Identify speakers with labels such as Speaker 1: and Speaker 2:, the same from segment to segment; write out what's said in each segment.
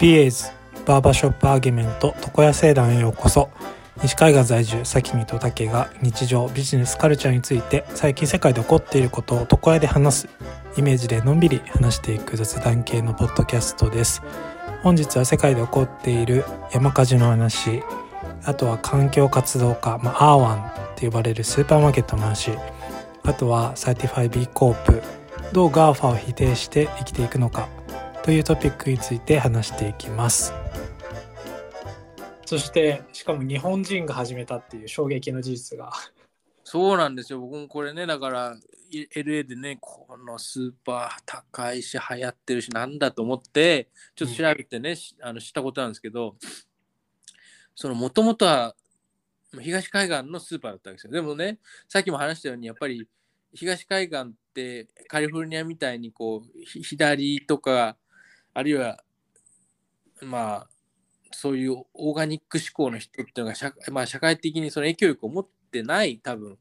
Speaker 1: ビエイズバーバーショップアーギュメント床屋聖団へようこそ西海岸在住さきみとたけが日常ビジネスカルチャーについて最近世界で起こっていることを床屋で話すイメージでのんびり話していく雑談系のポッドキャストです本日は世界で起こっている山火事の話あとは環境活動家、まあ、アーワンって呼ばれるスーパーマーケットの話あとはサーティファイ B コープどう GAFA を否定して生きていくのかというトピックについて話していきますそしてしかも日本人が始めたっていう衝撃の事実が
Speaker 2: そうなんですよ。僕もこれね、だから、い LA でね、このスーパー高いし、流行ってるし、なんだと思って、ちょっと調べてね、しあの知ったことなんですけど、その、もともとは東海岸のスーパーだったんですよ。でもね、さっきも話したように、やっぱり東海岸ってカリフォルニアみたいに、こう、ひ左とか、あるいは、まあ、そういうオーガニック志向の人っていうのが社,、まあ、社会的にその影響力を持ってない多分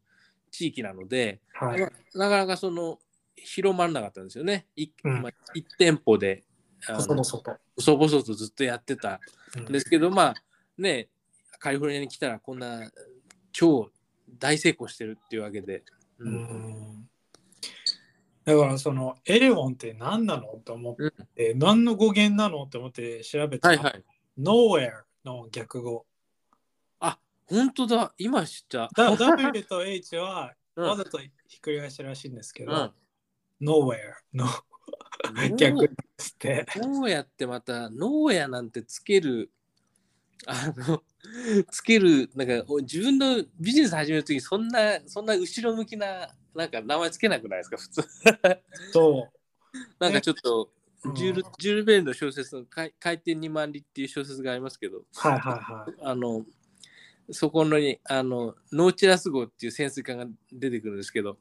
Speaker 2: 地域なので、
Speaker 1: は
Speaker 2: ななかなかその広まらなかったんですよね。い
Speaker 1: うん
Speaker 2: まあ、一店舗であの
Speaker 1: その外
Speaker 2: 細々とずっとやってた
Speaker 1: うん
Speaker 2: んですけど、まあねカリフォルニアに来たらこんな超大成功してるっていうわけで。う
Speaker 1: うんんだからそのエレオンって何なのと思って、何の語源なのって思って調べた
Speaker 2: は
Speaker 1: ら、
Speaker 2: いはい。
Speaker 1: Nowhere の逆語
Speaker 2: 本当だ、今知った。
Speaker 1: だ W と H は
Speaker 2: うん
Speaker 1: わざとひっくり返してるらしいんですけど、
Speaker 2: うん
Speaker 1: Nowhere の逆ですって
Speaker 2: 農家ってまた農家なんてつけるあの つけるなんかお自分のビジネス始める時そんなそんな後ろ向きななんか名前つけなくないですか普通
Speaker 1: そう
Speaker 2: なんかちょっと、
Speaker 1: うん
Speaker 2: ジュールジュール・ベルの小説の回「回転2万里」っていう小説がありますけど
Speaker 1: はいはいはい。
Speaker 2: あのそこのにあのノーチラス号っていう潜水艦が出てくるんですけど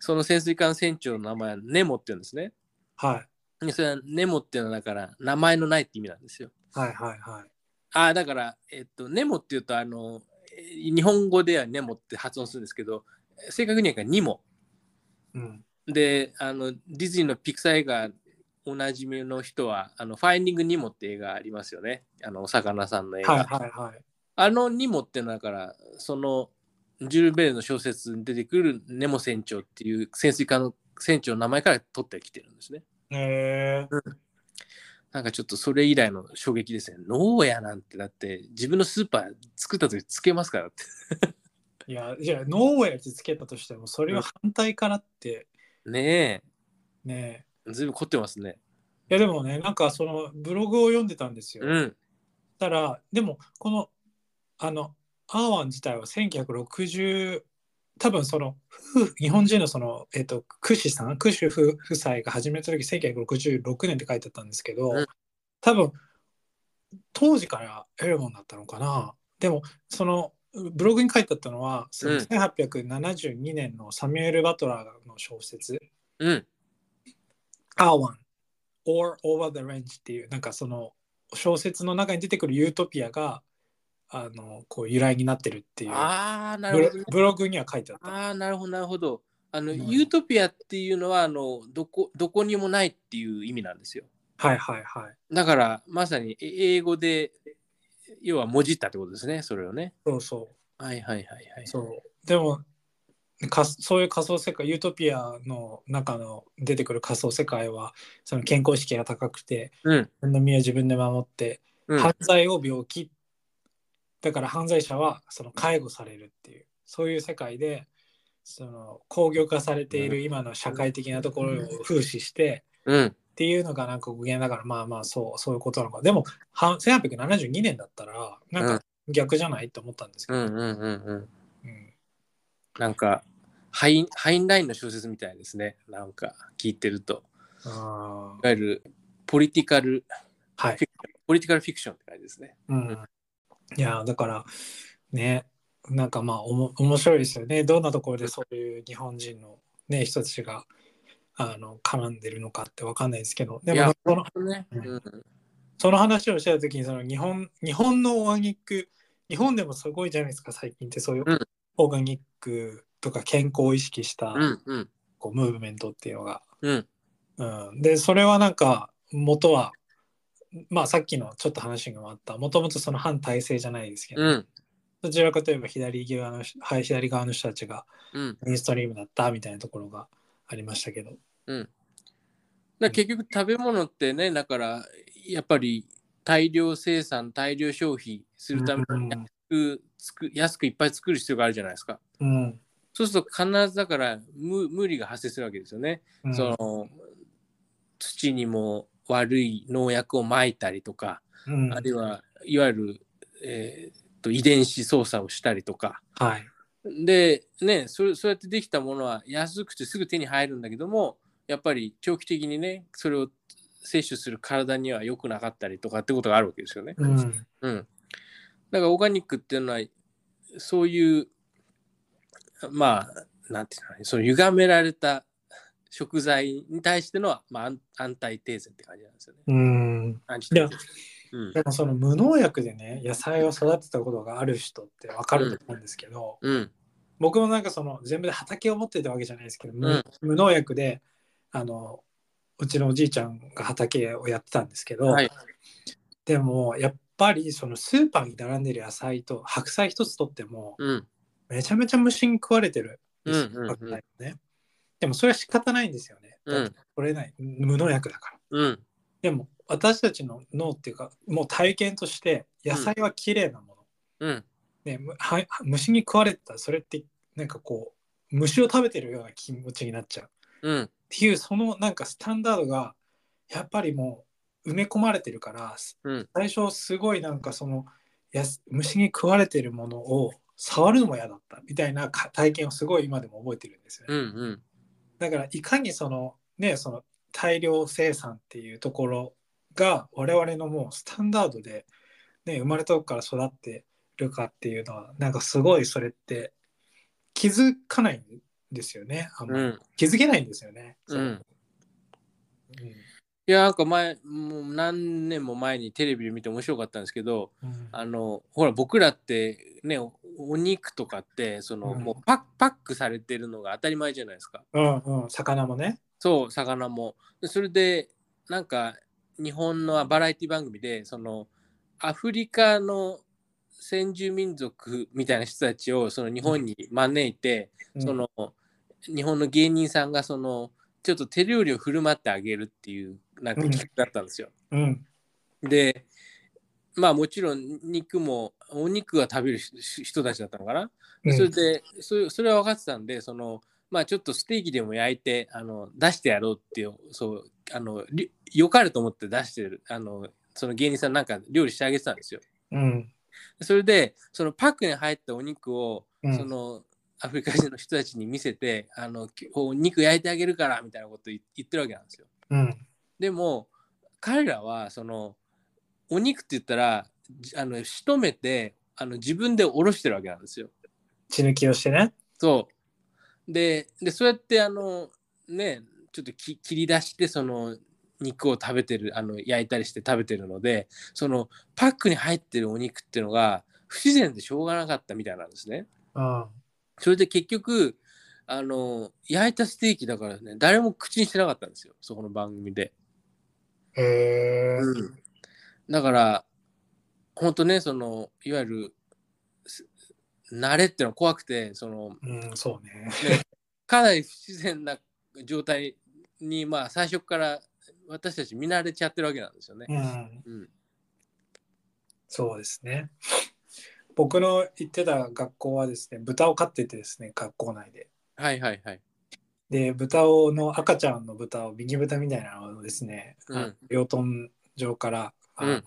Speaker 2: その潜水艦船長の名前はネモって言うんですね
Speaker 1: はい
Speaker 2: でそれはネモっていうのはだから名前のないって意味なんですよ
Speaker 1: はいはいはい。
Speaker 2: あだから、えっと、ネモっていうとあのえー日本語ではネモって発音するんですけどえー正確にはニモ
Speaker 1: うん。
Speaker 2: であのディズニーのピクサー映画おなじみの人は「あのファインディング・ニモ」って映画ありますよねあのお魚さんの映画、
Speaker 1: はいはいはい。
Speaker 2: あのニモっていうのはだからそのジュール・ベルの小説に出てくるネモ船長っていう潜水艦の船長の名前から取ってきてるんですね
Speaker 1: えー、
Speaker 2: なんかちょっとそれ以来の衝撃ですね農家なんてだって自分のスーパー作った時つけますからって
Speaker 1: いや、じゃあ、ノーウェイってつけたとしても、それは反対からって
Speaker 2: ね
Speaker 1: ね。
Speaker 2: え、ずいぶん凝ってますね。
Speaker 1: いや、でもね、なんかそのブログを読んでたんですよ。
Speaker 2: う
Speaker 1: し
Speaker 2: ん。
Speaker 1: たら、でも、この、あの、アーワン自体は1960、多分その夫婦日本人のその、えっとクシさんクシュ夫夫妻が始めた時1966年って書いてあったんですけど、
Speaker 2: うん
Speaker 1: 多分当時からエレモンだったのかなでもそのブログに書いてあったのはその
Speaker 2: うん
Speaker 1: 1872年のサミュエル・バトラーの小説
Speaker 2: うん。
Speaker 1: 「アーワン or Over the Range」っていうなんかその小説の中に出てくるユートピアがあのこう由来になってるっていう
Speaker 2: ああ、な
Speaker 1: ブ
Speaker 2: る
Speaker 1: ロ
Speaker 2: ほどね。
Speaker 1: ブログには書いてあった。
Speaker 2: ああ、なるほど、なるほど。あの、
Speaker 1: うん
Speaker 2: ユートピアっていうのは、あの、どこ、どこにもないっていう意味なんですよ。
Speaker 1: はいはいはい。
Speaker 2: だから、まさにえ英語で、要は、もじったってことですね、それをね。
Speaker 1: そうそう。
Speaker 2: はいはいはいはい。
Speaker 1: そうでもかそういう仮想世界ユートピアの中の出てくる仮想世界はその健康意識が高くて
Speaker 2: うん。
Speaker 1: 自分の身は自分で守って、
Speaker 2: うん、
Speaker 1: 犯罪を病気だから犯罪者はその介護されるっていうそういう世界でその工業化されている今の社会的なところを風刺して
Speaker 2: うん。
Speaker 1: っていうのがなんか語源だからまあまあそうそういうことなのかでもは1872年だったらなんか逆じゃないと思ったんですけ
Speaker 2: う
Speaker 1: ど、
Speaker 2: んうんうんうん。
Speaker 1: うん
Speaker 2: なんか、ハイン、ハインラインの小説みたいですね。なんか、聞いてると。
Speaker 1: あ
Speaker 2: い
Speaker 1: ー
Speaker 2: わゆる、ポリティカル、
Speaker 1: はい
Speaker 2: ポリティカルフィクションって感じですね。
Speaker 1: うん、いやだからねなんかまあおも面白いですよねどんなところでそういう日本人の、ね、人たちがあの絡んでるのかってわかんないですけどで
Speaker 2: いや
Speaker 1: もその
Speaker 2: ね。
Speaker 1: う
Speaker 2: うんん。
Speaker 1: その話をしてた時にその日本日本のオーガニック日本でもすごいじゃないですか最近ってそういう
Speaker 2: うん
Speaker 1: オーガニックとか健康を意識した
Speaker 2: うん。うん。
Speaker 1: こうムーブメントっていうのが、
Speaker 2: うん。
Speaker 1: うん、でそれはなんか元はまあさっきのちょっと話にもあった、もともとその反体制じゃないですけど、
Speaker 2: うん。
Speaker 1: どちらかといえば左側の人、はい、左側の人たちが
Speaker 2: うん。
Speaker 1: メインストリームだったみたいなところがありましたけど。
Speaker 2: だから結局食べ物ってね、だからやっぱり大量生産、大量消費するために安く作安くいっぱい作る必要があるじゃないですか。
Speaker 1: うん。
Speaker 2: そうすると必ずだから無無理が発生するわけですよね。
Speaker 1: うん
Speaker 2: その土にも悪い農薬をまいたりとか、
Speaker 1: うん、
Speaker 2: あるいはいわゆる、えーと遺伝子操作をしたりとか。
Speaker 1: はい。
Speaker 2: で、ね、それそうやってできたものは安くてすぐ手に入るんだけども、やっぱり長期的にね、それを摂取する体には良くなかったりとかってことがあるわけですよね。
Speaker 1: うん。
Speaker 2: うん。だからオーガニックっていうのは、そういう、まあ、なんていうのかな、その歪められた食材に対しての、まあ、アンアンタイテーゼって感じなんですよね。
Speaker 1: うん。
Speaker 2: アンチテーゼ。うん
Speaker 1: でもその無農薬でね、野菜を育てたことがある人ってわかると思うんですけど、
Speaker 2: うん。
Speaker 1: 僕もなんかその全部で畑を持ってたわけじゃないですけど、無
Speaker 2: うん
Speaker 1: 無農薬であのうちのおじいちゃんが畑をやってたんですけど、
Speaker 2: はい
Speaker 1: でもやっぱりそのスーパーに並んでる野菜と白菜一つとっても
Speaker 2: うん。
Speaker 1: めちゃめちゃ虫に食われてるんですよ
Speaker 2: うんうんうん
Speaker 1: 白菜もねでもそれは仕方ないんですよね。
Speaker 2: うん
Speaker 1: だって取れない無農薬だから。
Speaker 2: うん。
Speaker 1: でも私たちの脳っていうかもう体験として野菜は綺麗なもの、
Speaker 2: うん。
Speaker 1: ね、むは虫に食われてたらそれってなんかこう虫を食べてるような気持ちになっちゃうっ
Speaker 2: うん。
Speaker 1: ていうそのなんかスタンダードがやっぱりもう埋め込まれてるから、す
Speaker 2: うん
Speaker 1: 最初すごいなんかそのやす虫に食われてるものを触るのも嫌だったみたいなか体験をすごい今でも覚えてるんですよね。
Speaker 2: うん。うん。
Speaker 1: だからいかにそのねその大量生産っていうところが我々のもうスタンダードで、ね、生まれたとこから育ってるかっていうのはなんかすごいそれって気づかないんですよねあんま
Speaker 2: う
Speaker 1: り
Speaker 2: ん。
Speaker 1: 気づけないんですよね。
Speaker 2: う
Speaker 1: うん
Speaker 2: ん。いや、なんか前、もう何年も前にテレビで見て面白かったんですけど、
Speaker 1: うん
Speaker 2: あの、ほら、僕らって、ね、おお肉とかって、その、
Speaker 1: うん
Speaker 2: もうパッパックされてるのが当たり前じゃないですか。
Speaker 1: うんうん、魚もね。
Speaker 2: そう、魚も。でそれで、なんか、日本のバラエティ番組で、その、アフリカの先住民族みたいな人たちを、その日本に招いて、
Speaker 1: うん
Speaker 2: その、日本の芸人さんが、その、ちょっと手料理を振る舞ってあげるっていう、なんか企画だったんですよ。
Speaker 1: うん
Speaker 2: で、まあもちろん肉も、お肉は食べるしし人たちだったのかな。
Speaker 1: うん
Speaker 2: それで、そそれは分かってたんで、その、まあちょっとステーキでも焼いて、あの、出してやろうっていう、そう、あの、りよかれと思って出してる、あの、その芸人さんなんか料理してあげてたんですよ。
Speaker 1: うん
Speaker 2: それで、そのパックに入ったお肉を、
Speaker 1: うん
Speaker 2: その、アフリカ人の人たちに見せて、あの、きお肉焼いてあげるから、みたいなこと言言ってるわけなんですよ。
Speaker 1: うん
Speaker 2: でも彼らはそのお肉って言ったらじあの仕留めてあの自分でおろしてるわけなんですよ。
Speaker 1: 血抜きをしてね。
Speaker 2: そうででそうやってあのねちょっとき切り出してその肉を食べてるあの焼いたりして食べてるのでそのパックに入ってるお肉っていうのが不自然でしょうがなかったみたいなんですね。
Speaker 1: うん
Speaker 2: それで結局あの焼いたステーキだからね誰も口にしてなかったんですよそこの番組で。
Speaker 1: へえ
Speaker 2: うんだから本当ねそのいわゆるす慣れってのは怖くてその
Speaker 1: うん、そうね。
Speaker 2: かなり不自然な状態にまあ最初から私たち見慣れちゃってるわけなんですよね。
Speaker 1: うん
Speaker 2: うん
Speaker 1: そうですね。僕の行ってた学校はですね、豚を飼っててですね、学校内で。
Speaker 2: はいはいはい。
Speaker 1: で、豚をの赤ちゃんの豚を、右豚みたいなのをですね、
Speaker 2: うん
Speaker 1: あの養豚場から、あ
Speaker 2: うん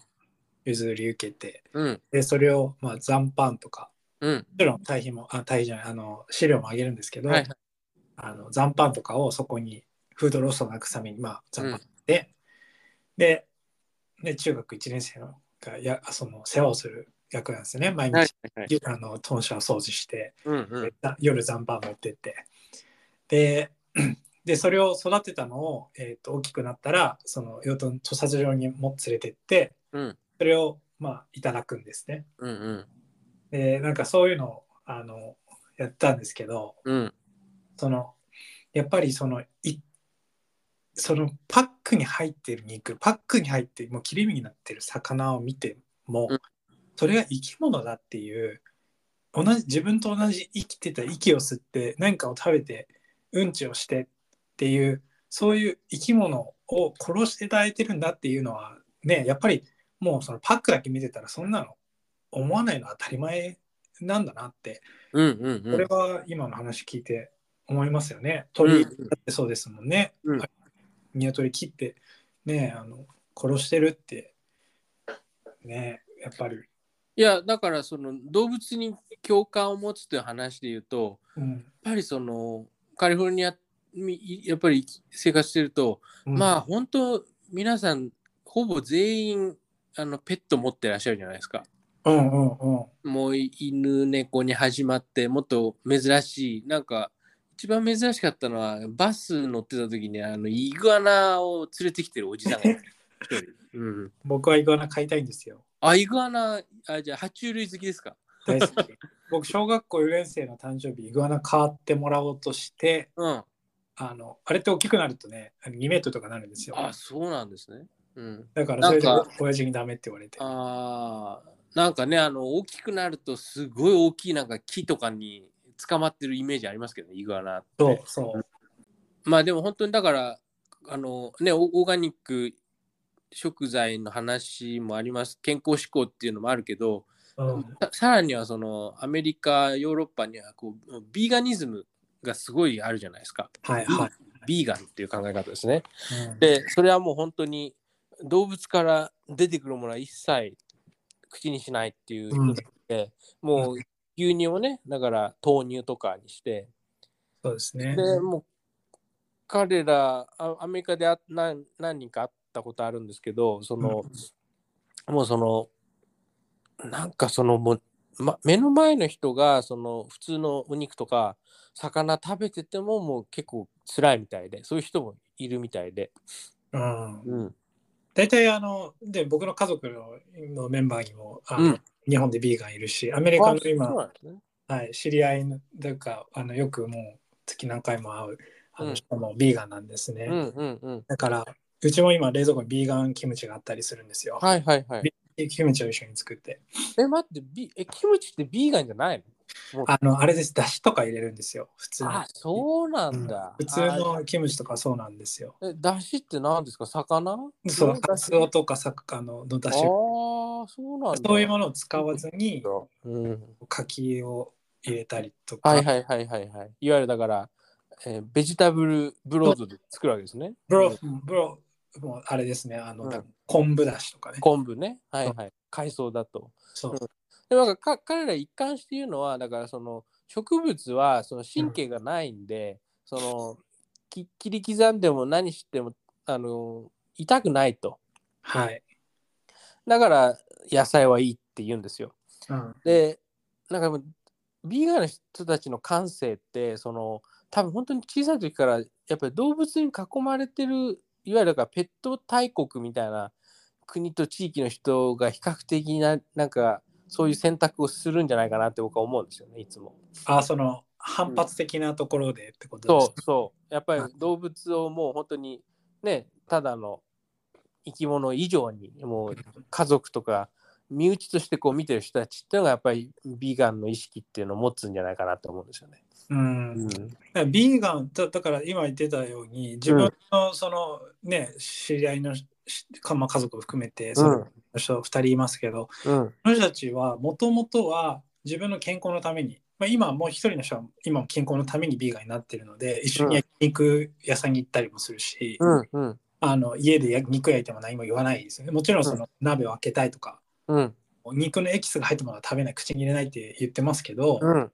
Speaker 1: 譲り受けて、
Speaker 2: うん
Speaker 1: で、それを、まあ、残飯とか、
Speaker 2: うん
Speaker 1: もちろん堆肥も、あ、堆肥じゃない、あの、飼料もあげるんですけど、
Speaker 2: はいはい
Speaker 1: あの残飯とかをそこに、フードロスをなくすために、まあ、残
Speaker 2: う
Speaker 1: 飯
Speaker 2: ん
Speaker 1: で、で、で、中学1年生のがや、その、世話をする役なんですよね、毎日。
Speaker 2: はいはいはい。
Speaker 1: ゆあの豚舎を掃除して、
Speaker 2: うんうん
Speaker 1: ざ夜残飯持ってってで でそれを育てたのを、えー、と大きくなったらその養豚屠殺場にも連れてって
Speaker 2: うん
Speaker 1: それをまあいただくんですね
Speaker 2: うんうん
Speaker 1: でなんかそういうのをあのやったんですけど
Speaker 2: うん
Speaker 1: そのやっぱりそのいそのパックに入ってる肉パックに入ってもう切り身になってる魚を見ても、
Speaker 2: うん
Speaker 1: それが生き物だっていう同じ自分と同じ生きてた息を吸って何かを食べてうんちをしてっていうそういう生き物を殺していただいてるんだっていうのはねやっぱりもうそのパックだけ見てたらそんなの思わないのは当たり前なんだなって
Speaker 2: うんうんう
Speaker 1: これ
Speaker 2: ん。
Speaker 1: は今の話聞いて思いますよね。鳥だってそうですもんね。
Speaker 2: うん
Speaker 1: ニワトリ切ってねあの殺してるってねやっぱり、
Speaker 2: いや、だからその動物に共感を持つという話で言うと、
Speaker 1: うん
Speaker 2: やっぱりそのカリフォルニアにやっぱり生活してると、まあ本当皆さんほぼ全員あのペット持ってらっしゃるじゃないですか。
Speaker 1: あうんうんうん
Speaker 2: もう犬猫に始まってもっと珍しいなんか一番珍しかったのはバス乗ってた時にあのイグアナを連れてきてるおじさんが一人、うん、
Speaker 1: 僕はイグアナ飼いたいんですよ。
Speaker 2: あイグアナあじゃあ爬虫類好きですか
Speaker 1: 大好 き僕小学校4年生の誕生日イグアナ飼ってもらおうとして
Speaker 2: うん
Speaker 1: あのあれって大きくなるとね2メートルとかなるんですよ。
Speaker 2: あそうなんですねうん
Speaker 1: だからそれで
Speaker 2: なんか
Speaker 1: 親父にダメって言われて。
Speaker 2: あーなんかねあの大きくなるとすごい大きいなんか木とかに捕まってるイメージありますけどねイグアナって
Speaker 1: そうそう。
Speaker 2: まあでも本当にだからあのねオオーガニック食材の話もあります健康志向っていうのもあるけど、
Speaker 1: うん
Speaker 2: ささらにはそのアメリカヨーロッパにはこうビーガニズムがすごいあるじゃないですか
Speaker 1: はいはい。
Speaker 2: ビーガンっていう考え方ですね
Speaker 1: うん
Speaker 2: でそれはもう本当に動物から出てくるものは一切口にしないっていう人たちで、もう牛乳をねだから豆乳とかにして
Speaker 1: そうですね。
Speaker 2: でもう彼らあアメリカであ何何人か会ったことあるんですけどその、もうそのなんかそのもう、ま、目の前の人がその普通のお肉とか魚食べててももう結構辛いみたいでそういう人もいるみたいで、
Speaker 1: うん
Speaker 2: うん、
Speaker 1: 大体あので僕の家族ののメンバーにもあの、
Speaker 2: うん
Speaker 1: 日本でビーガンいるしアメリカの
Speaker 2: あそう
Speaker 1: 今、
Speaker 2: なんですね
Speaker 1: はい、知り合いのというかあのよくもう月何回も会うあ
Speaker 2: う
Speaker 1: の
Speaker 2: ん
Speaker 1: 人もビーガンなんですね、
Speaker 2: うんうんうん
Speaker 1: だからうちも今冷蔵庫にビーガンキムチがあったりするんですよ、
Speaker 2: はいはいはい。
Speaker 1: キムチを一緒に作って
Speaker 2: え、待って、ビえキムチってビーガンじゃない
Speaker 1: あのあれですだしとか入れるんですよ普通
Speaker 2: の
Speaker 1: の
Speaker 2: あ、そうなんだ。
Speaker 1: 普通のキムチとかそうなんですよ
Speaker 2: あ。え、だしって何ですか魚
Speaker 1: そう
Speaker 2: だ
Speaker 1: カ
Speaker 2: し
Speaker 1: ツオとかサッカーののだ
Speaker 2: ああ
Speaker 1: し
Speaker 2: ー、そうなんだ。
Speaker 1: そういうものを使わずに
Speaker 2: うん、
Speaker 1: 柿を入れたりとか、
Speaker 2: はいはいはいはいはい。いわゆるだから、えーベジタブルブロードで作るわけですね。
Speaker 1: ブ
Speaker 2: う
Speaker 1: ロ
Speaker 2: ん、
Speaker 1: ブロ、もうあれですね、あの、
Speaker 2: うん
Speaker 1: 昆布だしとかね。
Speaker 2: 昆布ね。はいはい。海藻だと。
Speaker 1: そう。
Speaker 2: でもなんかか彼ら一貫して言うのはだからその植物はその神経がないんで、そのき切り刻んでも何してもあの痛くないと
Speaker 1: はい。
Speaker 2: だから野菜はいいって言うんですよ
Speaker 1: うん。
Speaker 2: でなんかもうビーガンの人たちの感性ってその多分本当に小さい時からやっぱり動物に囲まれてるいわゆるだからペット大国みたいな国と地域の人が比較的ななんかそういう選択をするんじゃないかなって僕は思うんですよねいつも。
Speaker 1: あ、その、反発的なところでってことです、
Speaker 2: そうそうやっぱり動物をもう本当にねただの生き物以上にもう家族とか身内としてこう見てる人たちっていうのがやっぱりビーガンの意識っていうのを持つんじゃないかなと思うんですよね。
Speaker 1: うん。だからビーガンだ、だから今言ってたように、自分の、その、ね、知り合いの、しかまあ家族を含めて、その人2人いますけど、
Speaker 2: うん
Speaker 1: その人たちは、もともとは自分の健康のために、まあ、今もう一人の人は今も健康のためにビーガンになってるので、一緒に焼肉屋さんに行ったりもするし、
Speaker 2: うんうん
Speaker 1: あの家でや肉焼いても何も言わないですよね。もちろんその鍋を開けたいとか、
Speaker 2: うん
Speaker 1: 肉のエキスが入ったものは食べない、口に入れないって言ってますけど、
Speaker 2: うん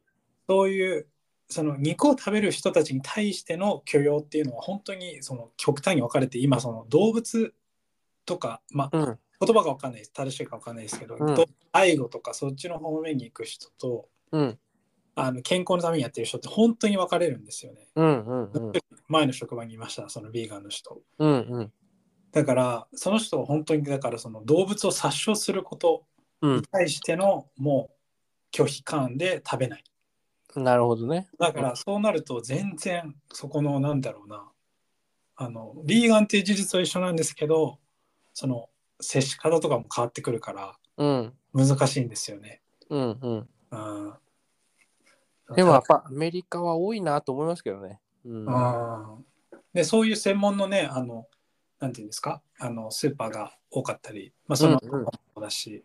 Speaker 1: そういうその肉を食べる人たちに対しての許容っていうのは本当にその極端に分かれて、今その動物とか、まあ、
Speaker 2: うん
Speaker 1: 言葉が分かんないです、正しいか分かんないですけど、
Speaker 2: うん
Speaker 1: と愛護とかそっちの方面に行く人と、
Speaker 2: うん
Speaker 1: あの健康のためにやってる人って本当に分かれるんですよね。
Speaker 2: うんうんうん
Speaker 1: 前の職場にいました、そのビーガンの人。
Speaker 2: うんうん
Speaker 1: だからその人は本当にだからその動物を殺傷すること
Speaker 2: うん
Speaker 1: に対してのもう拒否感で食べない
Speaker 2: なるほどね。
Speaker 1: だからそうなると全然そこのなんだろうなあのビーガンっていう事実は一緒なんですけどその接し方とかも変わってくるから
Speaker 2: うん。
Speaker 1: 難しいんですよね。
Speaker 2: うんうん。
Speaker 1: うん、
Speaker 2: でもやっぱアメリカは多いなと思いますけどね。うん。
Speaker 1: うんでそういう専門のねあのなんていうんですかあのスーパーが多かったり、まあ、その
Speaker 2: うんうん
Speaker 1: そうだし、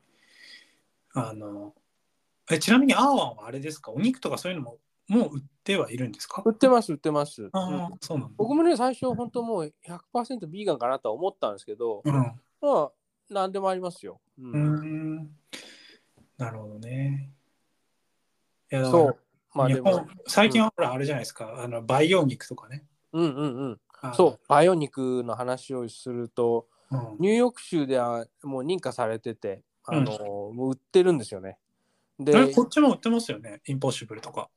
Speaker 1: あのえちなみにアーワンはあれですかお肉とかそういうのももう売ってはいるんですか
Speaker 2: 売ってます、売ってます。
Speaker 1: ああ、
Speaker 2: うん
Speaker 1: そうなんだ。
Speaker 2: 僕もね、最初、本当もう100%ビーガンかなとは思ったんですけど、
Speaker 1: うん
Speaker 2: まあ、何でもありますよ。う
Speaker 1: うーんなるほどね。いやだから
Speaker 2: そう。まあ
Speaker 1: 日
Speaker 2: でも
Speaker 1: 本、最近はほらあれじゃないですか、あの培養肉とかね。
Speaker 2: うんうんうん。
Speaker 1: あ
Speaker 2: そう、バイオ肉の話をすると、
Speaker 1: う。うん、
Speaker 2: ニューヨーク州ではもう認可されてて、あのもう売ってるんですよね。で
Speaker 1: あ、れこっちも売ってますよね、インポッシブルとか。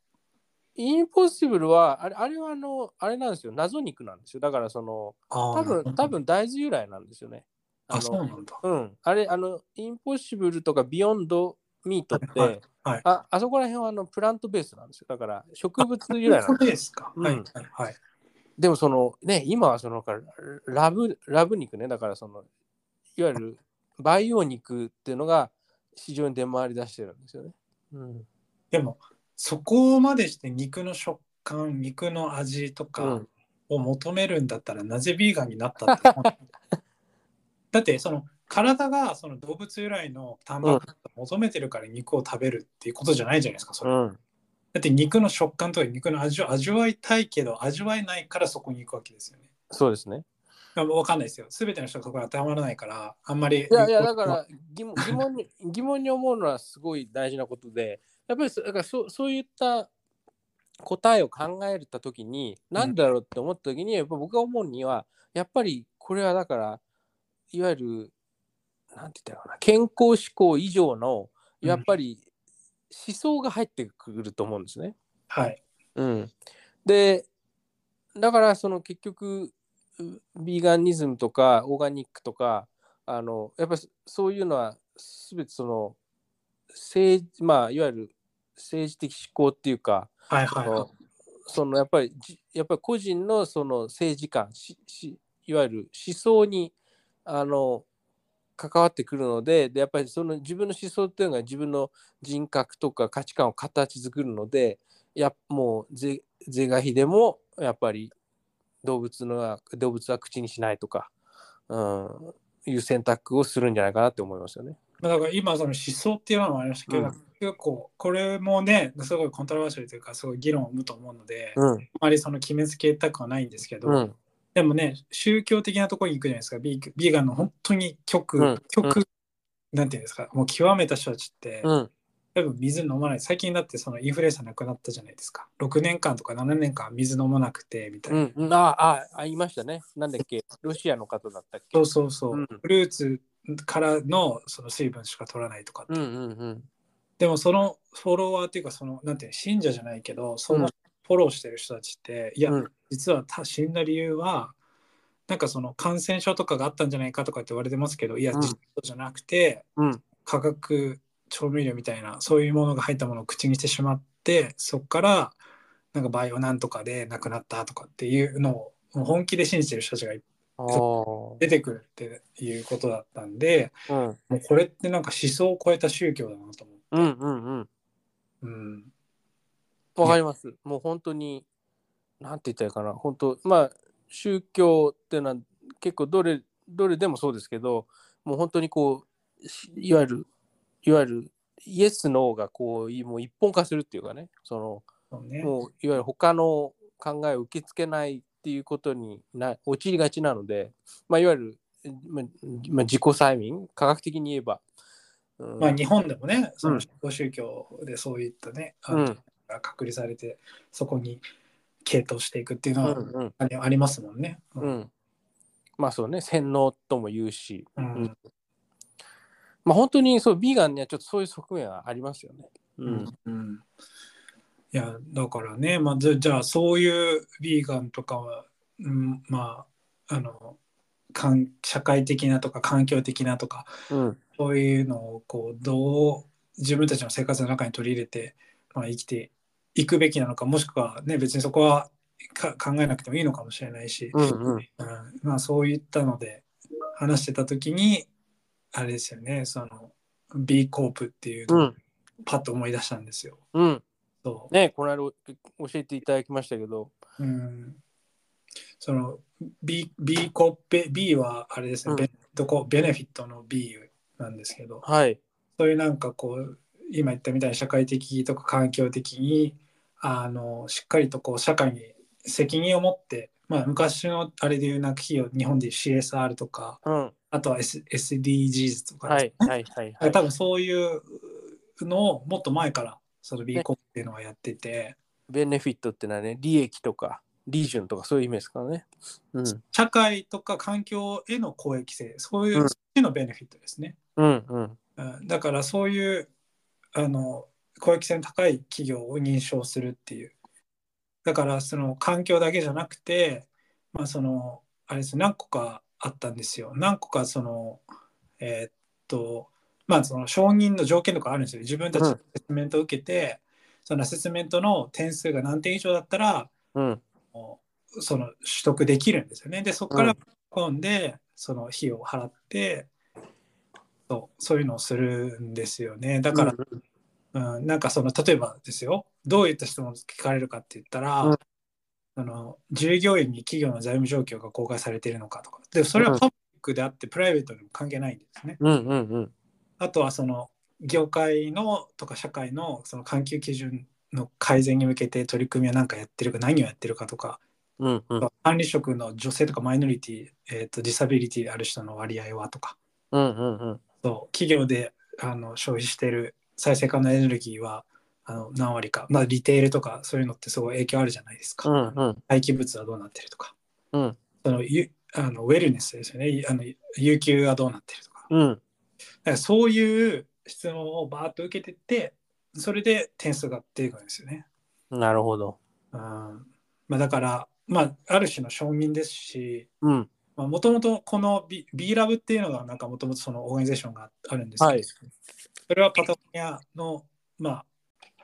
Speaker 2: インポッシブルは、あれあれはあの、あれなんですよ、謎肉なんですよ。だから、その、
Speaker 1: あー
Speaker 2: 多分多。分大豆由来なんですよね。
Speaker 1: あ、そう
Speaker 2: の
Speaker 1: なんだ。
Speaker 2: うん、あれ、あの、インポッシブルとかビヨンドミートって、
Speaker 1: はいはい
Speaker 2: ああそこら辺はあのプラントベースなんですよ。だから植物由来な
Speaker 1: そう
Speaker 2: んですよ
Speaker 1: ですか。
Speaker 2: うん
Speaker 1: はい。はい。
Speaker 2: でもそのね、今はそのかラブ、ラブ肉ね、だからその、いわゆる培養肉っていうのが市場に出回り出してるんですよね。うん。
Speaker 1: でも、そこまでして肉の食感、肉の味と
Speaker 2: う
Speaker 1: か
Speaker 2: ん
Speaker 1: を求めるんだったら、なぜビーガンになったって思う だって、その、体がその動物由来のタンパク質を求めてるから肉を食べるっていうことじゃないじゃないですか、それ。
Speaker 2: うん。
Speaker 1: だって肉の食感とか肉の味を味わいたいけど、味わえないからそこに行くわけですよね。
Speaker 2: そうですね。
Speaker 1: だからわかんないですよ。すべての人がそこに当てはまらないから、あんまり。
Speaker 2: いやいや、だから疑問疑 問に疑問に思うのはすごい大事なことで、やっぱりそだからそうそういった答えを考えたときに、なんだろうって思ったときに、やっぱ僕が思うには、やっぱりこれはだから、いわゆる、なんて言ったらいいのかな、健康志向以上の、
Speaker 1: うん
Speaker 2: やっぱり思想が入ってくると思うんですね。
Speaker 1: はい。
Speaker 2: うん、でだからその結局うビーガニズムとかオーガニックとかあのやっぱりそういうのは全てその政治まあいわゆる政治的思考っていうか
Speaker 1: はい
Speaker 2: そ
Speaker 1: はいはい
Speaker 2: の。そのやっぱりじやっぱり個人のその政治観ししいわゆる思想にあの関わってくるのででやっぱりその自分の思想っていうのが自分の人格とか価値観を形作るのでやっもう是是が非でもやっぱり動物のは動物は口にしないとか、うん、いう選択をするんじゃないかなって思いますよね。
Speaker 1: まあだから今その思想っていうのもありましたけど、
Speaker 2: うん
Speaker 1: 結構これもねすごいコントラバーシャルというかすごい議論を生むと思うので、あ
Speaker 2: うん、
Speaker 1: まりその決めつけたくはないんですけど、
Speaker 2: うん、
Speaker 1: でもね宗教的なところに行くじゃないですかビービーガンの本当に極、
Speaker 2: うん
Speaker 1: 極、なんていうんですかもう極めた人たちって、
Speaker 2: うん、
Speaker 1: 多分水飲まない最近だってそのインフルエンザなくなったじゃないですか6年間とか7年間水飲まなくてみたいな、
Speaker 2: うん、うん、ああ、あ言いましたね。なんだっけ、ロシアの方だったっけ。
Speaker 1: そうそうそう、
Speaker 2: うん
Speaker 1: フルーツからのその水分しか取らないとかって
Speaker 2: うんうんうん。
Speaker 1: でもそのフォロワーっていうかそのなんていうの信者じゃないけどそのフォローしてる人たちって、いや、
Speaker 2: うん
Speaker 1: 実はた死んだ理由はなんかその感染症とかがあったんじゃないかとかって言われてますけどいや
Speaker 2: うん
Speaker 1: 実はそうじゃなくて、
Speaker 2: うん
Speaker 1: 化学調味料みたいなそういうものが入ったものを口にしてしまってそこからなんかバイオなんとかで亡くなったとかっていうのをもう本気で信じてる人たちが
Speaker 2: ああ。
Speaker 1: 出てくるっていうことだったんで
Speaker 2: うん
Speaker 1: もうこれってなんか思想を超えた宗教だなと思う。
Speaker 2: うんうんうん。
Speaker 1: うん
Speaker 2: わかります。もう本当に、なんて言ったらいいかな。本当、まあ、宗教っていうのは結構どれ、どれでもそうですけど、もう本当にこう、しいわゆる、いわゆる、イエス、ノーがこう、いもう一本化するっていうかね、その、
Speaker 1: そうね
Speaker 2: もういわゆる他の考えを受け付けないっていうことにな陥りがちなので、まあ、いわゆる、ままあ、自己催眠科学的に言えば、うん
Speaker 1: まあ、日本でもね、そうの
Speaker 2: ん
Speaker 1: 宗教でそういったね、あ
Speaker 2: う
Speaker 1: の
Speaker 2: ん
Speaker 1: 隔離されて、そこに傾倒していくっていう
Speaker 2: う
Speaker 1: のは、
Speaker 2: んうん
Speaker 1: あれありますもんね。う
Speaker 2: うんんまあそうね洗脳とも言うし、
Speaker 1: うん
Speaker 2: まあ本当にそうビーガンにはちょっとそういう側面はありますよね。う
Speaker 1: うん
Speaker 2: ん
Speaker 1: うんいや、だからね、まあ、じゃじゃあ、そういうヴィーガンとかは、うん、まあ、あの、かん社会的なとか環境的なとか
Speaker 2: うん
Speaker 1: そういうのをこうどう自分たちの生活の中に取り入れて、まあ、生きていくべきなのかもしくはね別にそこはか考えなくてもいいのかもしれないし、
Speaker 2: うんうん
Speaker 1: うんまあそういったので話してた時にあれですよねその B コープっていう
Speaker 2: う
Speaker 1: のを
Speaker 2: ん
Speaker 1: パッと思い出したんですよ。
Speaker 2: うん
Speaker 1: そ
Speaker 2: ねこの間お教えていただきましたけど
Speaker 1: ううん、その B, B コープ B はあれですね、
Speaker 2: うん
Speaker 1: ベどこベネフィットの B なんですけど
Speaker 2: はい
Speaker 1: そういうなんかこう今言ったみたいに社会的とか環境的にあのしっかりとこう社会に責任を持って、まあ、昔のあれでいうなんか企業日本でいう CSR とか
Speaker 2: うん
Speaker 1: あとは、S、SDGs とか、
Speaker 2: はいはいはいはい
Speaker 1: 多分そういうのをもっと前からその B コンっていうのはやってて、
Speaker 2: ベネフィットってのはね利益とかリージョンとかそういう意味ですからねうん
Speaker 1: 社会とか環境への公益性そういう、
Speaker 2: うん
Speaker 1: そっちのベネフィットですね。
Speaker 2: うんうん
Speaker 1: うんだからそういうあの公益性の高い企業を認証するっていうだからその環境だけじゃなくてまあそのあれです何個かあったんですよ何個かそのえーっとまあその承認の条件とかあるんですよ自分たちのアセスメントを受けて、そのアセスメントの点数が何点以上だったら
Speaker 2: うん
Speaker 1: もうその取得できるんですよね。でそこか
Speaker 2: う
Speaker 1: ら
Speaker 2: ん
Speaker 1: 込んで、その費用を払ってそうそういうのをするんですよね。だから、うんなんかその例えばですよどういった質問を聞かれるかって言ったら、
Speaker 2: うん
Speaker 1: あの従業員に企業の財務状況が公開されているのかとかでそれ
Speaker 2: うん
Speaker 1: はパブリックであってプライベートにも関係ないんですね。
Speaker 2: うんうんうん
Speaker 1: あとはその業界のとか社会のその環境基準の改善に向けて取り組みは何かやってるか何をやってるかとか
Speaker 2: うんうん
Speaker 1: 管理職の女性とかマイノリティ、えー、とディサビリティである人の割合はとか
Speaker 2: うんうんうん
Speaker 1: そう企業であの消費している再生可能エネルギーはあの何割か、まあ、リテールとかそういうのってすごい影響あるじゃないですか、
Speaker 2: うんうん
Speaker 1: 廃棄物はどうなってるとか
Speaker 2: うん
Speaker 1: そのゆあのウェルネスですよねあの有給はどうなってるとか
Speaker 2: うん
Speaker 1: だからそういう質問をバーッと受けてってそれで点数が出てくるんですよね。
Speaker 2: なるほど
Speaker 1: うんまあ、だから、まあ、ある種の承認ですし
Speaker 2: うん
Speaker 1: もともとこの B, B ラブっていうのがなんかもともとそのオーガニゼーションがあるんですけど、
Speaker 2: はい
Speaker 1: それはパタゴニアの、まあ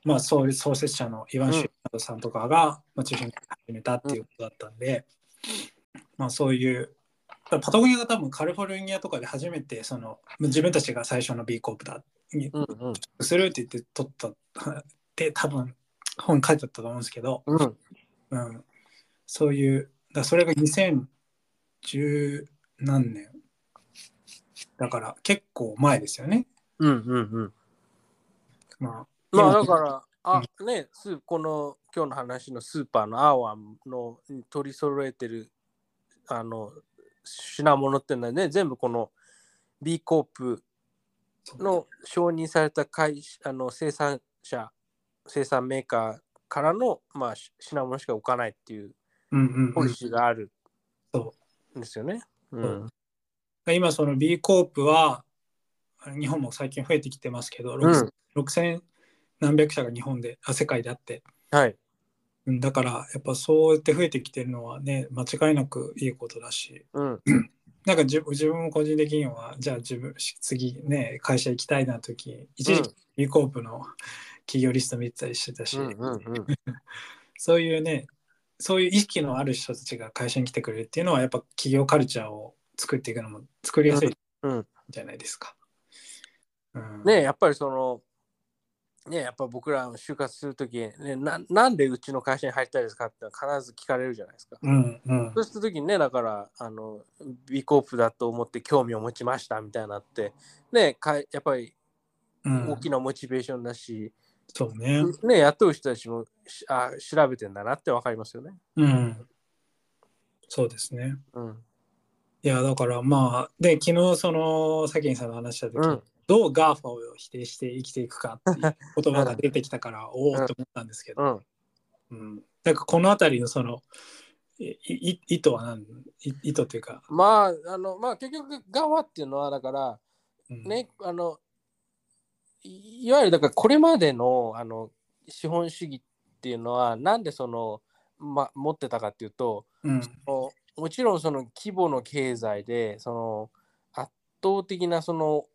Speaker 1: まあ、創創設者のイワン・シューナードさんとかが、まあ、中心に始めたっていうことだったんで、まあ、そういうだからパタゴニアが多分カリフォルニアとかで初めてその自分たちが最初の B コープだに
Speaker 2: うんうん
Speaker 1: するって言って取った って多分本書いてあったと思うんですけど、
Speaker 2: うん
Speaker 1: うん、そういうだそれが2010何年だから結構前ですよね。
Speaker 2: うんうんうん
Speaker 1: まあ、
Speaker 2: まあ
Speaker 1: 今
Speaker 2: だから、あ、ね、スーこの今日の話のスーパーのアワンの取り揃えてるあの品物っていうのはね、全部この B コープの承認された会社あの生産者、生産メーカーからの、まあ、し品物しか置かないっていう
Speaker 1: うんうん
Speaker 2: ポ
Speaker 1: う
Speaker 2: リ
Speaker 1: ん、
Speaker 2: シーがある
Speaker 1: そ
Speaker 2: んですよね。う。
Speaker 1: うん今その B コープは日本も最近増えてきてますけど、
Speaker 2: う
Speaker 1: 6000
Speaker 2: ん、
Speaker 1: 6000何百社が日本であ世界であって
Speaker 2: はい。
Speaker 1: うんだからやっぱそうやって増えてきてるのはね間違いなくいいことだし
Speaker 2: うん。
Speaker 1: なんか自分自分も個人的にはじゃあ自分し次ね会社行きたいな時一時期 B コープの企業リスト見てたりしてたし、
Speaker 2: うんうんうん。
Speaker 1: そういうねそういう意識のある人たちが会社に来てくれるっていうのはやっぱ企業カルチャーを作っていくのも作りやすい
Speaker 2: うん
Speaker 1: じゃないですか。うん
Speaker 2: ねやっぱりそのねやっぱ僕ら就活するとき、ねな、なんでうちの会社に入りたいですかってのは必ず聞かれるじゃないですか。
Speaker 1: うんうん
Speaker 2: そうしたときにね、だから、あの、B コープだと思って興味を持ちましたみたいなって、ね、かいやっぱり
Speaker 1: うん
Speaker 2: 大きなモチベーションだし、
Speaker 1: そうね。
Speaker 2: ね、雇う人たちもしあ調べてんだなってわかりますよね。
Speaker 1: うん。そうですね。
Speaker 2: うん。
Speaker 1: いやだからまあで昨日そのさきにさんの話した時に、
Speaker 2: うん
Speaker 1: どう GAFA を否定して生きていくかっていう言葉が出てきた から、おおって思ったんですけど、
Speaker 2: うん。
Speaker 1: うん、なんかこの辺りのそのいい意図は何い意図というか、
Speaker 2: まあ、あの、まあ結局、ガワっていうのは、だから、
Speaker 1: うん
Speaker 2: ね、あのいいわゆるだからこれまでのあの資本主義っていうのはなんでその、ま、持ってたかっていうと
Speaker 1: うん
Speaker 2: おもちろんその規模の経済でその圧倒的なその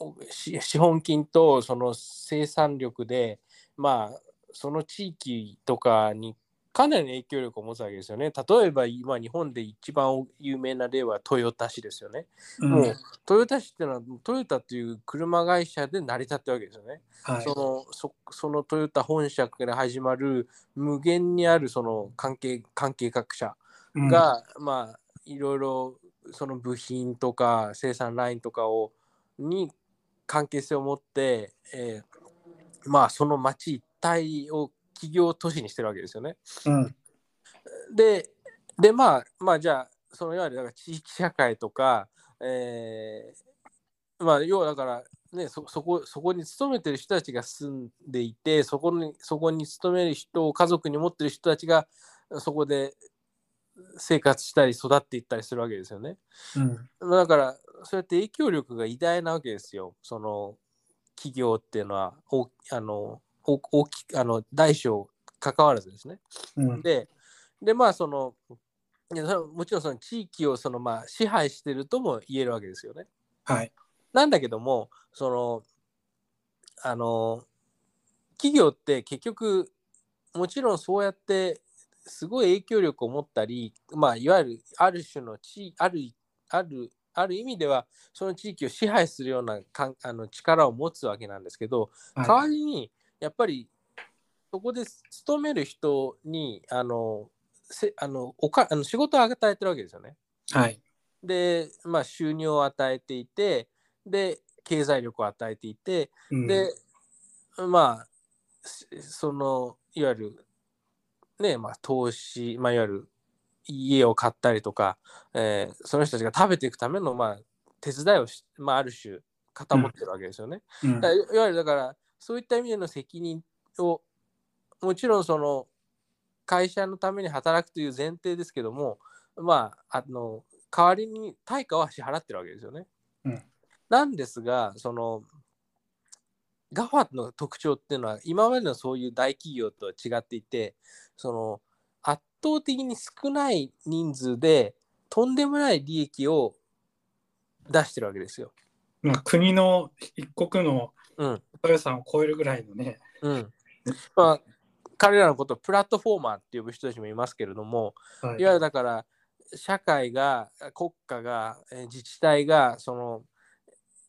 Speaker 2: おし資本金とその生産力でまあその地域とかにかなりの影響力を持つわけですよね。例えば今日本で一番有名な例は豊田市ですよね。
Speaker 1: うん
Speaker 2: もう豊田市っていうのはトヨタという車会社で成り立ってるわけですよね。
Speaker 1: はい
Speaker 2: そのそそのトヨタ本社から始まる無限にあるその関係関係各社
Speaker 1: うん
Speaker 2: が、まあいろいろその部品とか生産ラインとかをに関係性を持って、えーまあその町一帯を企業都市にしてるわけですよね。
Speaker 1: うん
Speaker 2: ででまあまあじゃあそのいわゆるだから地域社会とか、えーまあ要はだからねそそこそこに勤めてる人たちが住んでいてそこにそこに勤める人を家族に持ってる人たちがそこで生活したり育っていったりするわけですよね。
Speaker 1: うん
Speaker 2: だからそうやって影響力が偉大なわけですよ。その企業っていうのは大あの大大きあの大小関わらずですね。
Speaker 1: うん
Speaker 2: ででまあそのいやそれはもちろんその地域をそのまあ支配してるとも言えるわけですよね。
Speaker 1: はい
Speaker 2: なんだけどもそのあの企業って結局もちろんそうやってすごい影響力を持ったり、まあ、いわゆるある種の地あるあるある意味ではその地域を支配するようなかんあの力を持つわけなんですけど、代
Speaker 1: は
Speaker 2: わりにやっぱりそこで勤める人にあのせあのおかあの仕事を与えてるわけですよね。
Speaker 1: いはい
Speaker 2: で、まあ、収入を与えていてで経済力を与えていて
Speaker 1: うん
Speaker 2: で、まあすそのいわゆるねまあ投資、まあ、いわゆる家を買ったりとか、えーその人たちが食べていくための、まあ、手伝いをし、まあ、ある種肩持ってるわけですよね。
Speaker 1: うん
Speaker 2: だからいいわゆるだからそういった意味での責任をもちろんその会社のために働くという前提ですけどもまああの代わりに対価は支払ってるわけですよね。
Speaker 1: うん
Speaker 2: なんですがその GAFA の特徴っていうのは今までのそういう大企業とは違っていてその圧倒的に少ない人数でとんでもない利益を出してるわけですよ。
Speaker 1: まあ国の一国の
Speaker 2: うん、
Speaker 1: ト予算を超えるぐらいのね
Speaker 2: うん、まあ彼らのことをプラットフォーマーって呼ぶ人たちもいますけれども、
Speaker 1: はい
Speaker 2: い、わゆるだから社会が国家がえー自治体がその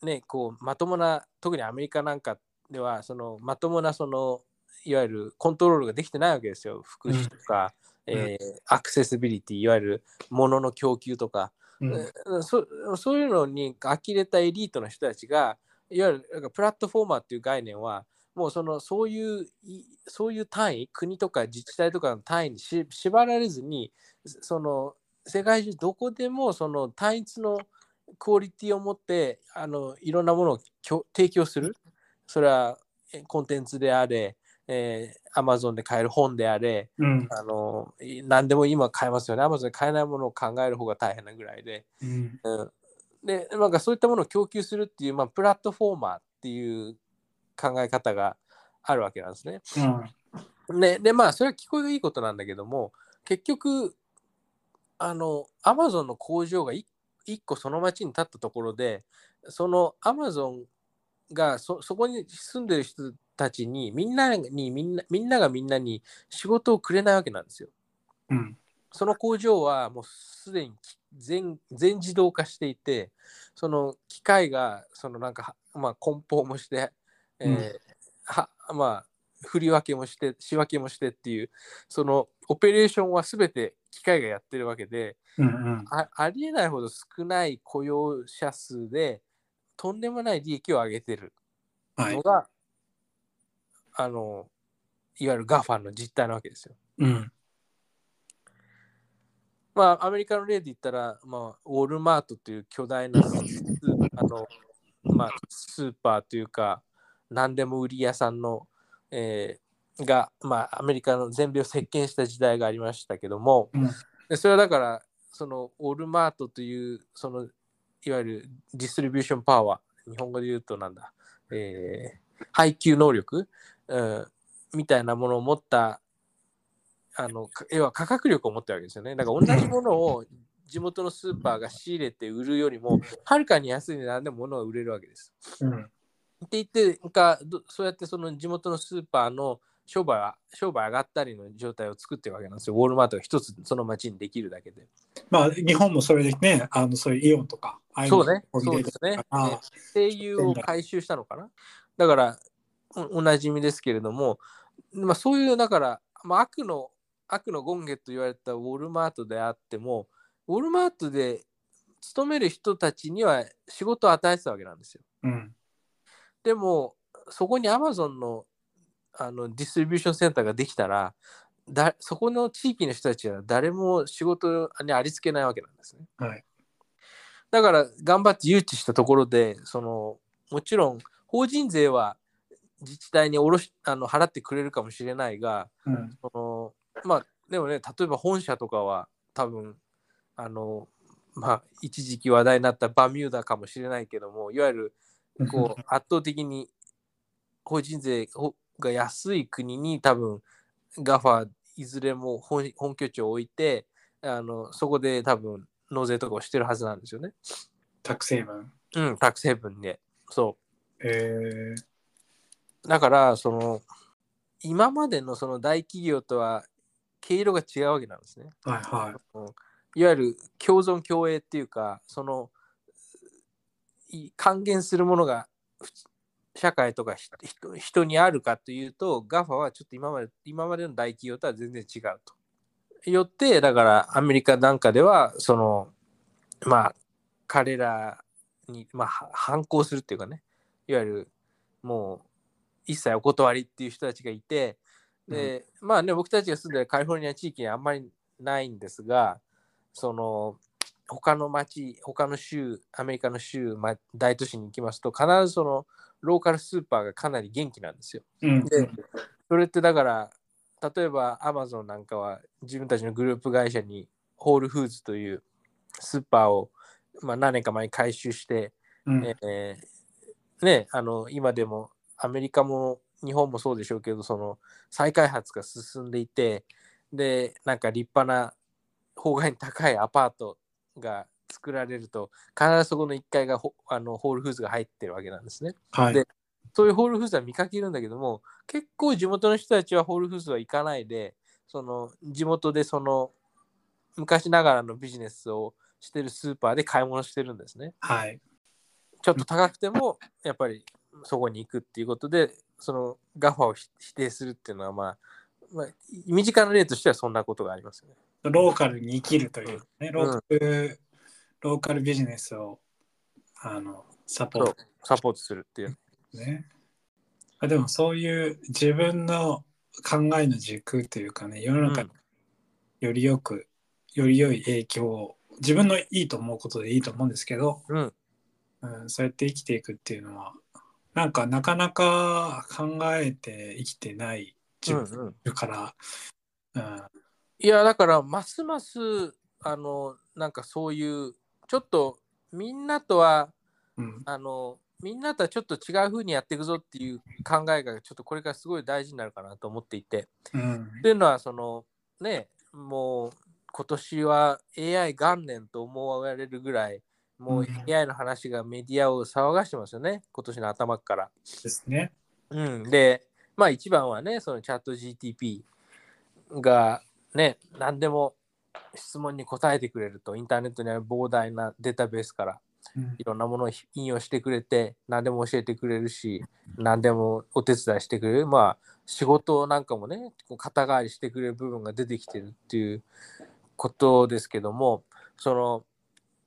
Speaker 2: ねこうまともな特にアメリカなんかではそのまともなそのいわゆるコントロールができてないわけですよ福祉とか、
Speaker 1: うん
Speaker 2: えーアクセシビリティいわゆる物の供給とか、
Speaker 1: うん
Speaker 2: うんそそういうのに呆れたエリートの人たちがいわゆるなんかプラットフォーマーっていう概念はもうそのそういういそういう単位国とか自治体とかの単位にし縛られずにその世界中どこでもその単一のクオリティを持ってあのいろんなものをきょ提供するそれはえコンテンツであれ、えー、Amazon で買える本であれ、
Speaker 1: うん
Speaker 2: あのい何でも今買えますよね Amazon で買えないものを考える方が大変なぐらいで。
Speaker 1: うん
Speaker 2: うんでなんかそういったものを供給するっていう、まあ、プラットフォーマーっていう考え方があるわけなんですね。
Speaker 1: うん
Speaker 2: ででまあそれは聞こえがいいことなんだけども結局あのアマゾンの工場が 1, 個その町に建ったところでそのアマゾンがそそこに住んでる人たちにみんなにみんなみんながみんなに仕事をくれないわけなんですよ。
Speaker 1: うん
Speaker 2: その工場はもうすでに全全自動化していてその機械がそのなんか、まあ、梱包もして、えー
Speaker 1: うん
Speaker 2: はまあ、振り分けもして仕分けもしてっていうそのオペレーションは全て機械がやってるわけで
Speaker 1: うん
Speaker 2: あありえないほど少ない雇用者数でとんでもない利益を上げてる
Speaker 1: はい
Speaker 2: のが、あのいわゆる GAFA の実態なわけですよ。
Speaker 1: うん
Speaker 2: まあ、アメリカの例で言ったら、まあ、ウォルマートという巨大なスあの、まあ、スーパーというか、何でも売り屋さんの、えーが、まあ、アメリカの全米を席巻した時代がありましたけども、
Speaker 1: うん
Speaker 2: でそれはだから、そのウォルマートという、そのいわゆるディストリビューションパワー、日本語で言うとなんだ、えー配給能力、うん、みたいなものを持ったあのか要は価格力を持ってるわけですよね。だから同じものを地元のスーパーが仕入れて売るよりもはるかに安い値段で物が売れるわけです。
Speaker 1: うん
Speaker 2: って言ってなんかどそうやってその地元のスーパーの商売は、商売上がったりの状態を作ってるわけなんですよ。ウォールマートが一つその町にできるだけで。
Speaker 1: まあ、日本もそれでね、あのそういうイオンとか、ああい
Speaker 2: そうね。
Speaker 1: のを
Speaker 2: そう
Speaker 1: 入れ
Speaker 2: で
Speaker 1: て
Speaker 2: すね
Speaker 1: る。から
Speaker 2: ね声優を回収したのかなだからおおなじみですけれども、まあ、そういうだから、まあ、悪の悪の権下と言われたウォルマートであってもウォルマートで勤める人たちには仕事を与えてたわけなんですよ
Speaker 1: うん。
Speaker 2: でもそこにアマゾンのあのディストリビューションセンターができたらだそこの地域の人たちは誰も仕事にありつけないわけなんですね。
Speaker 1: はい
Speaker 2: だから頑張って誘致したところでそのもちろん法人税は自治体におろしあの払ってくれるかもしれないが
Speaker 1: うん。
Speaker 2: そのまあでもね例えば本社とかは多分あのまあ一時期話題になったバミューダかもしれないけどもいわゆる こう圧倒的に法人税が安い国に多分 GAFA いずれも本本拠地を置いてあのそこで多分納税とかをしてるはずなんですよね。
Speaker 1: タックセイブン。
Speaker 2: うん、タックセブンで。そ
Speaker 1: えー
Speaker 2: う。だから、その、今までのその大企業とは毛色が違うわけなんですね。
Speaker 1: はいはい。
Speaker 2: いわゆる共存共栄っていうか、その、い還元するものがふ社会とかひ人人にあるかというと、GAFA はちょっと今まで今までの大企業とは全然違うと。よって、だからアメリカなんかでは、その、まあ、彼らに、まあ、は反抗するっていうかね、いわゆるもう一切お断りっていう人たちがいて、で、まあね、僕たちが住んでるカリフォルニア地域にはあんまりないんですが、その、他の町、他の州、アメリカの州、まあ、大都市に行きますと、必ずそのローカルスーパーがかなり元気なんですよ。
Speaker 1: うん。
Speaker 2: でそれってだから、例えばアマゾンなんかは自分たちのグループ会社にホールフーズというスーパーを、まあ、何年か前に回収して、
Speaker 1: うん
Speaker 2: えーね、あの今でもアメリカも日本もそうでしょうけどその再開発が進んでいてでなんか立派な法外に高いアパートが作られると必ずそこの1階がほあのホールフーズが入ってるわけなんですね。
Speaker 1: はい。
Speaker 2: でそういうホールフーズは見かけるんだけども結構地元の人たちはホールフーズは行かないでその地元でその昔ながらのビジネスをしてるスーパーで買い物してるんですね。
Speaker 1: はい。
Speaker 2: ちょっと高くてもやっぱりそこに行くっていうことでその GAFA をひ否定するっていうのはまあ、まあ、身近な例としてはそんなことがありますよね。
Speaker 1: ローカルに生きるというね、ローカル、ローカルビジネスを、あの、サポート
Speaker 2: サポートするっていう。
Speaker 1: ね。あでもそういう自分の考えの軸というかね世の中によりよく、より良い影響を自分のいいと思うことでいいと思うんですけど、
Speaker 2: うん
Speaker 1: うん、そうやって生きていくっていうのはなんかなかなか考えて生きてない自分
Speaker 2: うんうん
Speaker 1: だから、うん
Speaker 2: いやだからますますあのなんかそういうちょっとみんなとは
Speaker 1: うん
Speaker 2: あのみんなとはちょっと違う風にやっていくぞっていう考えがちょっとこれからすごい大事になるかなと思っていて。
Speaker 1: うん
Speaker 2: っていうのはそのねもう今年は AI 元年と思われるぐらいもう
Speaker 1: う
Speaker 2: AI の話がメディアを騒がしてますよね今年の頭から。
Speaker 1: ですね。
Speaker 2: うん、でまあ一番はねそのチャット GTP がね何でも質問に答えてくれるとインターネットにある膨大なデータベースから
Speaker 1: うん
Speaker 2: いろんなものを引用してくれて何でも教えてくれるし何でもお手伝いしてくれるまあ仕事なんかもねこう肩代わりしてくれる部分が出てきてるっていうことですけどもその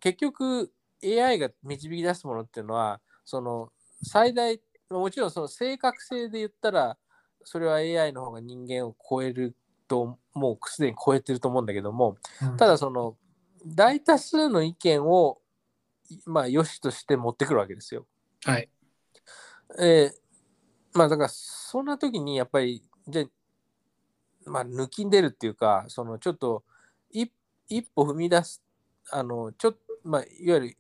Speaker 2: 結局 AI が導き出すものっていうのはその最大もちろんその正確性で言ったらそれは AI の方が人間を超えるともうすでに超えてると思うんだけどもただその大多数の意見をまあ良しとして持ってくるわけですよ。
Speaker 1: はい
Speaker 2: えーまあだからそんな時にやっぱりじゃあまあ抜きん出るっていうかそのちょっと一一歩踏み出すあのちょっとまあいわゆる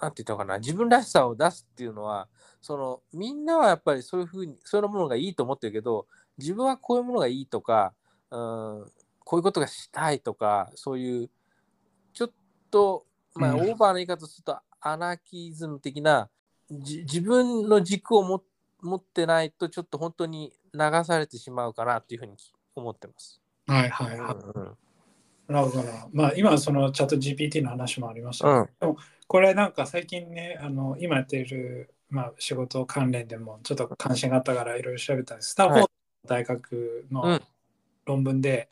Speaker 2: なんて言ったのかな自分らしさを出すっていうのはそのみんなはやっぱりそういうふうにそういうものがいいと思ってるけど自分はこういうものがいいとかうんこういうことがしたいとかそういうちょっとまあ
Speaker 1: う
Speaker 2: オ
Speaker 1: ん
Speaker 2: ーバーな言い方するとアナキズム的なじ自分の軸をも持ってないとちょっと本当に流されてしまうかなっていうふうに思ってます。
Speaker 1: はいはいは
Speaker 2: うん
Speaker 1: い。なるほどな。まあ今そのチャット GPT の話もありましたけ
Speaker 2: う
Speaker 1: ど、
Speaker 2: ん
Speaker 1: これなんか最近ね、あの今やっている、まあ、仕事関連でもちょっと関心があったからいろいろ調べたんです。スタンフォード大学
Speaker 2: う
Speaker 1: の
Speaker 2: ん
Speaker 1: 論文で、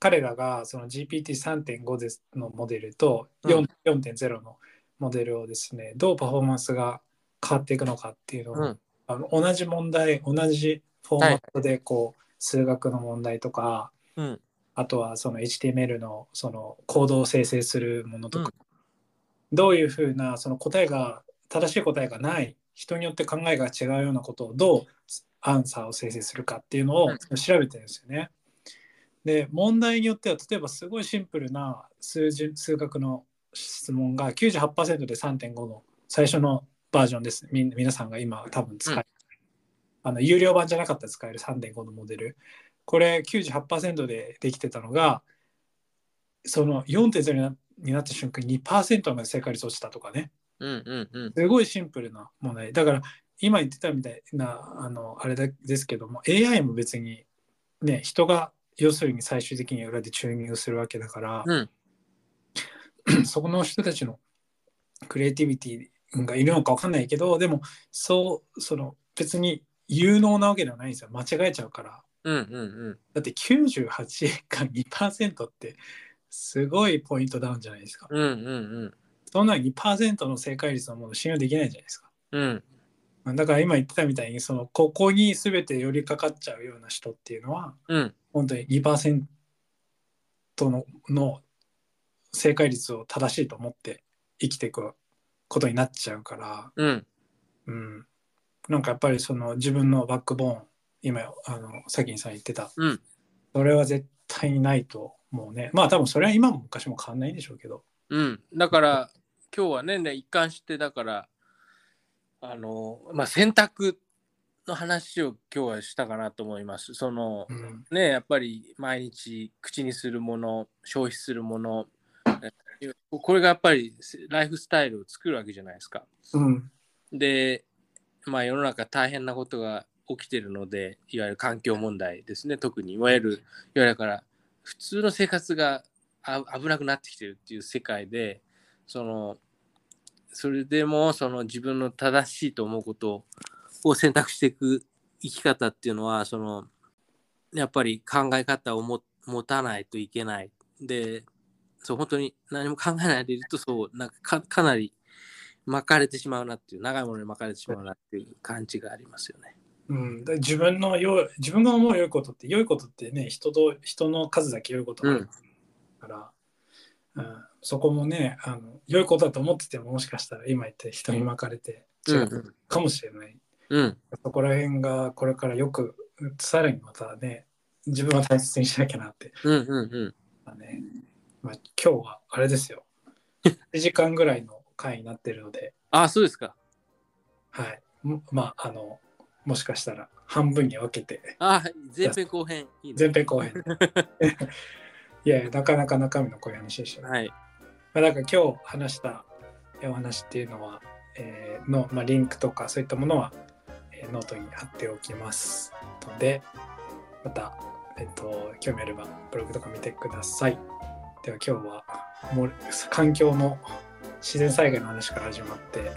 Speaker 1: 彼らがその GPT3.5 ですのモデルと
Speaker 2: う
Speaker 1: 4
Speaker 2: ん
Speaker 1: 4.0のモデルをですね、どうパフォーマンスが変わっていくのかっていうのを、
Speaker 2: うん
Speaker 1: あの同じ問題、同じフォーマットでこう、数学の問題とか、
Speaker 2: うん
Speaker 1: あとはその HTML のそのコードを生成するものとか、
Speaker 2: うん
Speaker 1: どういうふうなその答えが正しい答えがない人によって考えが違うようなことをどうアンサーを生成するかっていうのを
Speaker 2: うん
Speaker 1: 調べてるんですよね。で問題によっては例えばすごいシンプルな数字数学の質問が98%で3.5の最初のバージョンですね。みん皆さんが今多分使える、あの有料版じゃなかったら使える3.5のモデル。これ98%でできてたのがその4.0になになった瞬間に2%まで正解率落ちたとかね。
Speaker 2: うんうんうん
Speaker 1: すごいシンプルな問題。だから今言ってたみたいなあのあれだですけども AI も別にね人が要するに最終的には裏でチューニングするわけだから、
Speaker 2: うん
Speaker 1: そこの人たちのクリエイティビティがいるのか分かんないけどでもそうその別に有能なわけではないんですよ間違えちゃうから。
Speaker 2: うんうん
Speaker 1: だって98か2%ってすごいポイントダウンじゃないですか。
Speaker 2: うんうんうん
Speaker 1: そんなの2%の正解率のもの信用できないじゃないですか。
Speaker 2: うん
Speaker 1: だから今言ってたみたいにそのここに全て寄りかかっちゃうような人っていうのは
Speaker 2: うん
Speaker 1: 本当に2%のの正解率を正しいと思って生きていくことになっちゃうから、
Speaker 2: うん
Speaker 1: うん、なんかやっぱりその自分のバックボーン今あのさきんさん言ってた
Speaker 2: うん
Speaker 1: それは絶対にないと思うね。まあ多分それは今も昔も変わんないんでしょうけど。
Speaker 2: うん、だから今日はねね一貫してだからあの、まあ、選択の話を今日はしたかなと思います。その
Speaker 1: うん。
Speaker 2: ねやっぱり毎日口にするもの消費するものえこれがやっぱりライフスタイルを作るわけじゃないですか。
Speaker 1: うん。
Speaker 2: で、まあ、世の中大変なことが起きてるのでいわゆる環境問題ですね特にいわゆるいわゆるだから普通の生活があ危なくなってきてるっていう世界でそのそれでもその自分の正しいと思うことを選択していく生き方っていうのはそのやっぱり考え方をも持たないといけないでそう本当に何も考えないでいるとそうなんかかかなり巻かれてしまうなっていう長いものに巻かれてしまうなっていう感じがありますよね。
Speaker 1: うん、で自分のよい自分が思う良いことって良いことってね人と人の数だけ良いことがあるから、うんそこもねあの良いことだと思っててももしかしたら今言って人に巻かれて違うかもしれない、
Speaker 2: うん、
Speaker 1: そこら辺がこれからよくさらにまたね自分は大切にしなきゃなって
Speaker 2: うん、うん、うん。
Speaker 1: まあね、まあ、今日はあれですよ1時間ぐらいの回になってるので
Speaker 2: あ、そうですか。
Speaker 1: はいもまああのもしかしたら半分に分けて
Speaker 2: あ、前編後編。いいね。
Speaker 1: 前編後編いやいやなかなか中身の濃い話でしたね、
Speaker 2: はい。
Speaker 1: まあ、だから今日話したえお話っていうのは、えーの、まあ、リンクとかそういったものは、えーノートに貼っておきますのでまた、えっと興味あればブログとか見てくださいでは今日はもう環境の自然災害の話から始まって、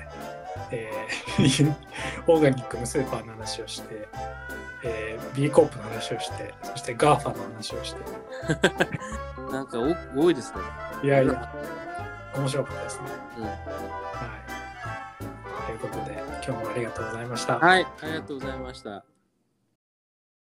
Speaker 1: えー オーガニックのスーパーの話をして、えー B コープの話をしてそして GAFA の話をして
Speaker 2: なんかお多いですね。
Speaker 1: いやいや、面白かったですね。
Speaker 2: うん
Speaker 1: はい。ということで、今日もありがとうございました。
Speaker 2: はい、ありがとうございました。